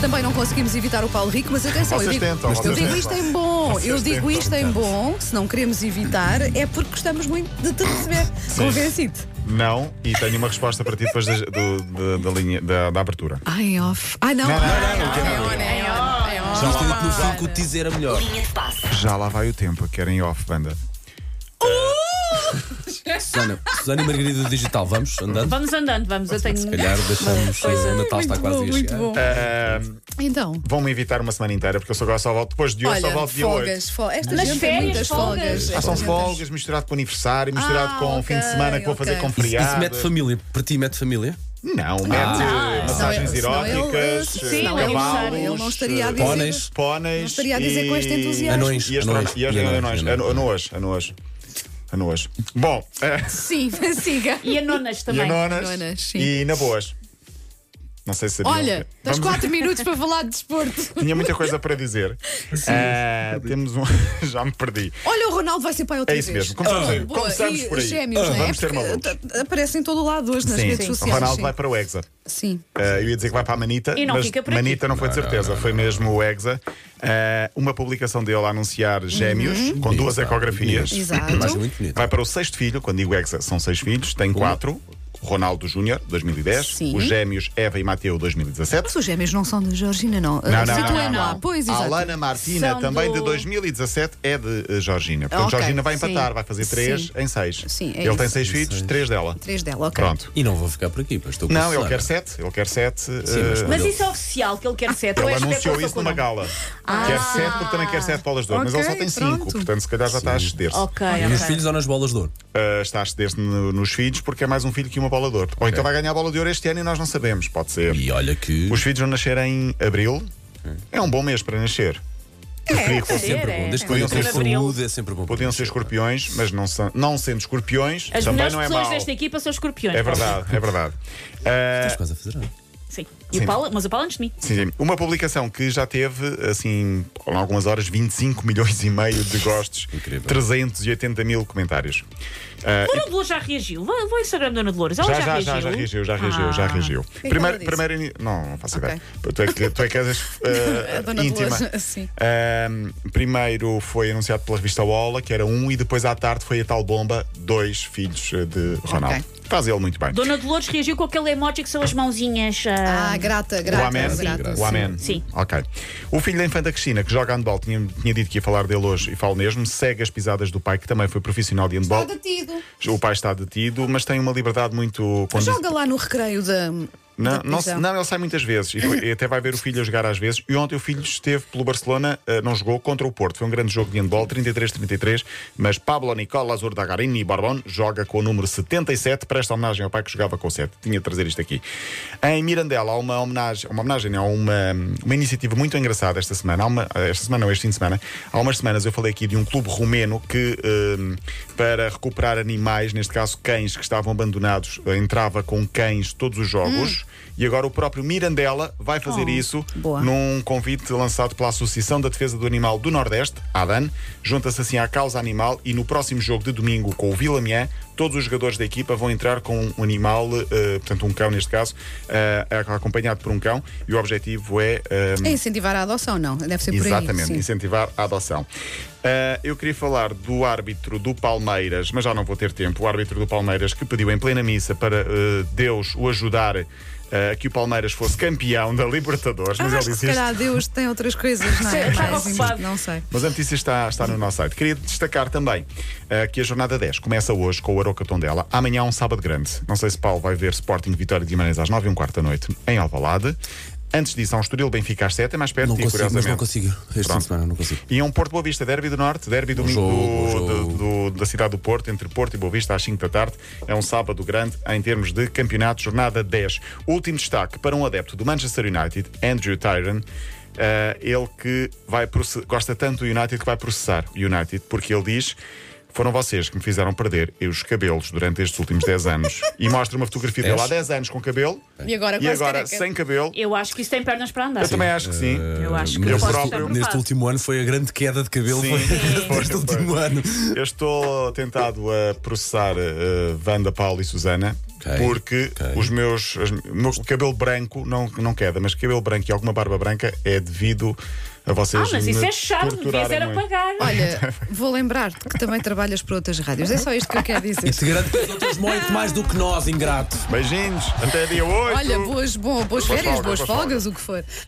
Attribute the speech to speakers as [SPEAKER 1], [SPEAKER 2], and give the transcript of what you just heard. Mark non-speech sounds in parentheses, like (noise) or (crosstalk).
[SPEAKER 1] também não conseguimos evitar o Paulo Rico, mas atenção,
[SPEAKER 2] Vocês
[SPEAKER 1] eu digo,
[SPEAKER 2] tentam,
[SPEAKER 1] eu
[SPEAKER 2] vocês
[SPEAKER 1] digo
[SPEAKER 2] tentam.
[SPEAKER 1] isto em bom,
[SPEAKER 2] Vocês
[SPEAKER 1] eu digo
[SPEAKER 2] tentam,
[SPEAKER 1] isto em
[SPEAKER 2] tentam.
[SPEAKER 1] bom, se não queremos evitar, é porque gostamos muito de te receber. Convencido.
[SPEAKER 2] Não, e tenho uma resposta para ti depois da, do- da- da linha, da, da abertura.
[SPEAKER 1] Ai, off. Ah, não.
[SPEAKER 2] Não, não,
[SPEAKER 1] Ai,
[SPEAKER 2] não, não,
[SPEAKER 1] off,
[SPEAKER 2] não,
[SPEAKER 1] é
[SPEAKER 2] não.
[SPEAKER 1] on, é on, é on.
[SPEAKER 3] Gostei de um que no fim que o teaser era melhor.
[SPEAKER 4] Linha de passe.
[SPEAKER 2] Já lá vai o tempo, que era em off, banda.
[SPEAKER 3] Susana, Susana e Margarida do Digital, vamos andando?
[SPEAKER 5] Vamos andando, vamos. Eu tenho.
[SPEAKER 3] Se calhar
[SPEAKER 2] um
[SPEAKER 3] deixamos.
[SPEAKER 5] Coisa.
[SPEAKER 2] é, Tá,
[SPEAKER 3] O Natal está
[SPEAKER 1] Muito
[SPEAKER 3] quase
[SPEAKER 1] bom,
[SPEAKER 3] a
[SPEAKER 1] muito
[SPEAKER 3] chegar.
[SPEAKER 1] bom.
[SPEAKER 2] Ah,
[SPEAKER 1] Então,
[SPEAKER 2] Vão-me evitar uma semana inteira, porque eu só agora só volto depois de hoje, só
[SPEAKER 1] olha,
[SPEAKER 2] volto dia 8.
[SPEAKER 1] folgas, folgas. Esta
[SPEAKER 5] Nas
[SPEAKER 1] gente tem
[SPEAKER 5] férias,
[SPEAKER 1] muitas
[SPEAKER 5] folgas.
[SPEAKER 1] folgas.
[SPEAKER 2] Ah, são
[SPEAKER 1] Esta gente-
[SPEAKER 2] folgas misturado com aniversário, misturado
[SPEAKER 1] Ah,
[SPEAKER 2] com
[SPEAKER 1] ok,
[SPEAKER 2] fim de semana que vou fazer
[SPEAKER 1] ok.
[SPEAKER 2] com
[SPEAKER 1] Isso- Ah,
[SPEAKER 3] Isso,
[SPEAKER 2] feriado.
[SPEAKER 3] isso mete família. Para ti, mete família?
[SPEAKER 2] Não, mete eh, massagens
[SPEAKER 1] Senão ele-
[SPEAKER 2] eróticas,
[SPEAKER 1] senão
[SPEAKER 2] eh,
[SPEAKER 1] ele-
[SPEAKER 5] não,
[SPEAKER 2] cavalos,
[SPEAKER 1] ele não estaria a dizer.
[SPEAKER 3] Póneis.
[SPEAKER 2] póneis.
[SPEAKER 1] Não estaria a dizer
[SPEAKER 2] e...
[SPEAKER 1] com este entusiasmo.
[SPEAKER 3] Anões,
[SPEAKER 2] E astronautas. E
[SPEAKER 3] anões,
[SPEAKER 2] astro-
[SPEAKER 3] anões,
[SPEAKER 2] anões. ano- Anoas. Anoas. Anoas. Bom, eh,
[SPEAKER 1] Sim, (laughs) siga.
[SPEAKER 5] E a nonas
[SPEAKER 2] e
[SPEAKER 5] também.
[SPEAKER 1] Anonas,
[SPEAKER 2] anonas.
[SPEAKER 1] sim.
[SPEAKER 2] E na boas. Não sei se sabiam.
[SPEAKER 1] Olha,
[SPEAKER 2] que-
[SPEAKER 1] tens
[SPEAKER 2] Vamos-
[SPEAKER 1] 4 minutos para falar de desporto.
[SPEAKER 2] (laughs) Tinha muita coisa para dizer. Eh, temos um. (laughs) Já me perdi.
[SPEAKER 1] Olha, o Ronaldo vai ser pai outra
[SPEAKER 2] É
[SPEAKER 1] vez.
[SPEAKER 2] isso mesmo. Começamos, aí.
[SPEAKER 1] Ah, Boa,
[SPEAKER 2] Começamos
[SPEAKER 1] e
[SPEAKER 2] por aí. Ah,
[SPEAKER 1] os gêmeos, não é?
[SPEAKER 2] Vamos ter
[SPEAKER 1] Porque,
[SPEAKER 2] malucos.
[SPEAKER 1] t- Aparecem em todo o lado hoje nas
[SPEAKER 2] Sim,
[SPEAKER 1] redes
[SPEAKER 2] o
[SPEAKER 1] sociais.
[SPEAKER 2] Ronaldo
[SPEAKER 1] sim.
[SPEAKER 2] vai para o Hexa.
[SPEAKER 1] Sim.
[SPEAKER 2] Eh, eu ia dizer que vai para a Manita,
[SPEAKER 5] E não
[SPEAKER 2] mas
[SPEAKER 5] fica por aqui.
[SPEAKER 2] Manita não foi de certeza, foi mesmo o Hexa. Eh, uma publicação dele a anunciar gêmeos com duas ecografias.
[SPEAKER 1] Uhum. Exato.
[SPEAKER 3] Mas é muito bonito.
[SPEAKER 2] Ah, então? Vai para o sexto filho, quando digo Hexa, são seis filhos, tem quatro. O Ronaldo Júnior, 2010.
[SPEAKER 1] Sim.
[SPEAKER 2] Os gêmeos Eva e Mateu, 2017.
[SPEAKER 1] Mas os gêmeos não são de Georgina, não. Ah,
[SPEAKER 2] Não, não,
[SPEAKER 1] Situem
[SPEAKER 2] não, não.
[SPEAKER 1] lá. é Pois,
[SPEAKER 2] A
[SPEAKER 1] exato.
[SPEAKER 2] Alana Martina,
[SPEAKER 5] São
[SPEAKER 2] também de
[SPEAKER 5] do-
[SPEAKER 2] 2017, é de eh, Georgina. Portanto,
[SPEAKER 1] Ok,
[SPEAKER 2] Georgina vai
[SPEAKER 1] sim.
[SPEAKER 2] empatar, vai fazer três
[SPEAKER 1] Sim.
[SPEAKER 2] em seis.
[SPEAKER 1] Sim, é
[SPEAKER 2] Ele tem
[SPEAKER 1] isso.
[SPEAKER 2] seis filhos, três dela.
[SPEAKER 1] Três dela, ok.
[SPEAKER 2] Pronto.
[SPEAKER 3] E não vou ficar por aqui, pois estou com
[SPEAKER 2] Não, ele
[SPEAKER 3] Susana.
[SPEAKER 2] quer sete, ele quer sete.
[SPEAKER 3] mas
[SPEAKER 2] eh,
[SPEAKER 5] Mas isso é oficial que ele quer ser. ou
[SPEAKER 2] Ele
[SPEAKER 5] é
[SPEAKER 2] anunciou
[SPEAKER 5] especulação
[SPEAKER 2] isso numa
[SPEAKER 5] com
[SPEAKER 2] gala. Quer 7 porque também quer 7 bolas de ouro, mas ele só
[SPEAKER 1] Ah. Ok,
[SPEAKER 2] tem
[SPEAKER 1] pronto.
[SPEAKER 2] 5, portanto, se calhar já está a exceder-se.
[SPEAKER 5] não? Ok,
[SPEAKER 3] E nos
[SPEAKER 5] ok.
[SPEAKER 3] filhos ou nas bolas de ouro?
[SPEAKER 2] Ah, está a exceder-se no- nos filhos porque é mais um filho que uma bola de ouro. Ou então vai ganhar a bola de ouro este ano e nós não sabemos, pode ser.
[SPEAKER 3] E olha que.
[SPEAKER 2] Os filhos vão nascer em abril, é um bom mês para nascer. Eu queria que
[SPEAKER 5] é.
[SPEAKER 2] fosse-
[SPEAKER 3] Sempre bom. Desde que
[SPEAKER 2] Podiam
[SPEAKER 3] tenham
[SPEAKER 2] ser
[SPEAKER 3] saúde, é sempre bom.
[SPEAKER 2] Podiam ser escorpiões, mas não, são, não sendo escorpiões,
[SPEAKER 5] As
[SPEAKER 2] também
[SPEAKER 5] melhores
[SPEAKER 2] não é
[SPEAKER 5] pessoas
[SPEAKER 2] mau.
[SPEAKER 5] desta equipa são escorpiões.
[SPEAKER 2] É verdade, é verdade. Ah,
[SPEAKER 3] Estás quase a fazer nada.
[SPEAKER 5] Sim. E
[SPEAKER 2] Sim.
[SPEAKER 5] o Paulo, mas o Paulo antes de mim.
[SPEAKER 2] Sim, sim. Uma publicação que já teve, assim, em algumas horas, 25 milhões e meio de gostos,
[SPEAKER 3] Incrível.
[SPEAKER 2] 380 mil comentários. Ah,
[SPEAKER 5] O Ana Dolores já reagiu. Vou vou ao Instagram da Ana Dolores. Ela
[SPEAKER 2] já, já,
[SPEAKER 5] já,
[SPEAKER 2] já,
[SPEAKER 5] reagiu.
[SPEAKER 2] já reagiu, já reagiu,
[SPEAKER 5] Ah.
[SPEAKER 2] já reagiu.
[SPEAKER 1] que ela
[SPEAKER 2] Primeiro,
[SPEAKER 1] disse?
[SPEAKER 2] primeiro, ini- não, não faço ideia.
[SPEAKER 1] é Ok.
[SPEAKER 2] Tu é que, tu é
[SPEAKER 1] (laughs)
[SPEAKER 2] que és ah,
[SPEAKER 1] A Dona
[SPEAKER 2] íntima.
[SPEAKER 1] Dolores, sim.
[SPEAKER 2] Ah, primeiro foi anunciado pela revista Ola, que era um, e depois à tarde foi a tal bomba, dois filhos ah, de Ronaldo. Faz ele muito bem.
[SPEAKER 5] Dona Dolores reagiu com aquele emoji que são as mãozinhas. ah,
[SPEAKER 1] Ah, grata,
[SPEAKER 2] O
[SPEAKER 1] grata.
[SPEAKER 2] um Amém.
[SPEAKER 1] grata,
[SPEAKER 2] O Amém.
[SPEAKER 5] Sim.
[SPEAKER 2] Ok. O filho da infanta Cristina, que joga handball, tinha, tinha dito que ia falar dele hoje e falo mesmo, segue as pisadas do pai, que também foi profissional de handball.
[SPEAKER 1] Está Tá detido.
[SPEAKER 2] O pai está detido, mas tem uma liberdade muito. quando-
[SPEAKER 1] Joga lá no recreio da.
[SPEAKER 2] Não,
[SPEAKER 1] da
[SPEAKER 2] não,
[SPEAKER 1] prisão.
[SPEAKER 2] não, ele sai muitas vezes e, foi- e até vai ver o filho a jogar às vezes. E ontem o filho esteve pelo Barcelona, eh, não jogou contra o Porto. Foi um grande jogo de handball, 33-33. Mas Pablo Nicolas Urdagarini Barbon joga com o número 77. Presta homenagem ao pai que jogava com o 7. Tinha de trazer isto aqui. Em Mirandela há uma homenagem, É uma homenagem, não, uma, uma iniciativa muito engraçada esta semana. Há uma- esta semana, não, este fim de semana. Há umas semanas eu falei aqui de um clube romeno que, eh, para recuperar animais, neste caso cães que estavam abandonados, eh, entrava com cães todos os jogos. E agora o próprio Mirandela vai fazer isso
[SPEAKER 1] boa.
[SPEAKER 2] num Um convite lançado pela Associação da Defesa do Animal do Nordeste, ADAN. Junta-se assim à causa animal e no próximo jogo de domingo com o Vila Mian, todos os jogadores da equipa vão entrar com um animal, eh, portanto um cão neste caso, eh, acompanhado por um cão. E o objetivo é... eh,
[SPEAKER 1] É incentivar a adoção, não? Deve ser por aí.
[SPEAKER 2] Exatamente,
[SPEAKER 1] sim.
[SPEAKER 2] incentivar a adoção. Ah, eu queria falar do árbitro do Palmeiras, mas já não vou ter tempo. O árbitro do Palmeiras que pediu em plena missa para ah, Deus o ajudar ah, a que o Palmeiras fosse campeão da Libertadores, mas
[SPEAKER 1] Ah,
[SPEAKER 2] ele
[SPEAKER 1] acho que
[SPEAKER 2] disse
[SPEAKER 1] se
[SPEAKER 2] isto.
[SPEAKER 1] calhar Deus tem outras coisas, não é?
[SPEAKER 5] Sim, estava
[SPEAKER 1] Mas, enfim,
[SPEAKER 5] ocupado.
[SPEAKER 1] Não sei.
[SPEAKER 2] Mas a notícia está, está no nosso site. Queria destacar também eh, que a jornada 10 começa hoje com o Aroca Tondela. Amanhã é um sábado grande. Não sei se Paulo vai ver Sporting Vitória de Guimarães às 9 h quarto da noite em Alvalade. Antes disso, há um Estoril Benfica às 7, é mais perto
[SPEAKER 3] Não
[SPEAKER 2] e
[SPEAKER 3] consigo, mas
[SPEAKER 2] curiosamente.
[SPEAKER 3] não consigo. Este fim
[SPEAKER 2] Pronto.
[SPEAKER 3] de semana não consigo.
[SPEAKER 2] E é um Porto Boa Vista, Derby do Norte, Derby do,
[SPEAKER 3] jogo, bom
[SPEAKER 2] do-
[SPEAKER 3] jogo.
[SPEAKER 2] do- da cidade do Porto, entre Porto e Boa Vista, às 5 da tarde. É um sábado grande em termos de campeonato, jornada 10. Último destaque para um adepto do Manchester United, Andrew Tyron. eh, ele que vai proce- gosta tanto do United que vai processar o United, porque ele diz. Foram vocês que me fizeram perder os cabelos durante estes últimos 10
[SPEAKER 3] (laughs)
[SPEAKER 2] anos. E mostra uma fotografia dele há 10 anos com cabelo
[SPEAKER 1] E agora
[SPEAKER 2] e
[SPEAKER 1] quase
[SPEAKER 2] agora
[SPEAKER 1] careca.
[SPEAKER 2] sem cabelo.
[SPEAKER 5] Eu acho que isso tem pernas para andar.
[SPEAKER 2] Eu também acho que sim.
[SPEAKER 5] Eu acho que
[SPEAKER 2] eu
[SPEAKER 3] Mas
[SPEAKER 5] é pode
[SPEAKER 3] neste-
[SPEAKER 5] estar
[SPEAKER 2] próprio-
[SPEAKER 5] provado.
[SPEAKER 3] Neste último ano foi a grande queda de cabelo
[SPEAKER 2] Sim.
[SPEAKER 3] (laughs) foi,
[SPEAKER 2] Sim.
[SPEAKER 3] deste último ano.
[SPEAKER 2] Eu estou tentado a processar eh, Wanda, Paulo e Susana
[SPEAKER 3] Ok,
[SPEAKER 2] Porque
[SPEAKER 3] ok.
[SPEAKER 2] os meus. as- o meu cabelo branco não, não queda, mas cabelo branco e alguma barba branca é devido a vocês.
[SPEAKER 5] Ah, mas isso
[SPEAKER 2] me
[SPEAKER 5] é chato, devias
[SPEAKER 2] torturarem
[SPEAKER 5] era
[SPEAKER 2] muito.
[SPEAKER 5] pagar.
[SPEAKER 1] Olha, vou lembrar-te que também trabalhas para outras rádios. É só isto que eu quero
[SPEAKER 3] E
[SPEAKER 1] dizer.
[SPEAKER 3] te garanto que os outros muito mais do que nós, ingrato.
[SPEAKER 2] Beijinhos, até dia 8.
[SPEAKER 1] Olha, boas, bom, boas
[SPEAKER 2] Boas
[SPEAKER 1] férias,
[SPEAKER 2] folgas,
[SPEAKER 1] boas
[SPEAKER 2] boas
[SPEAKER 1] folgas, o que for.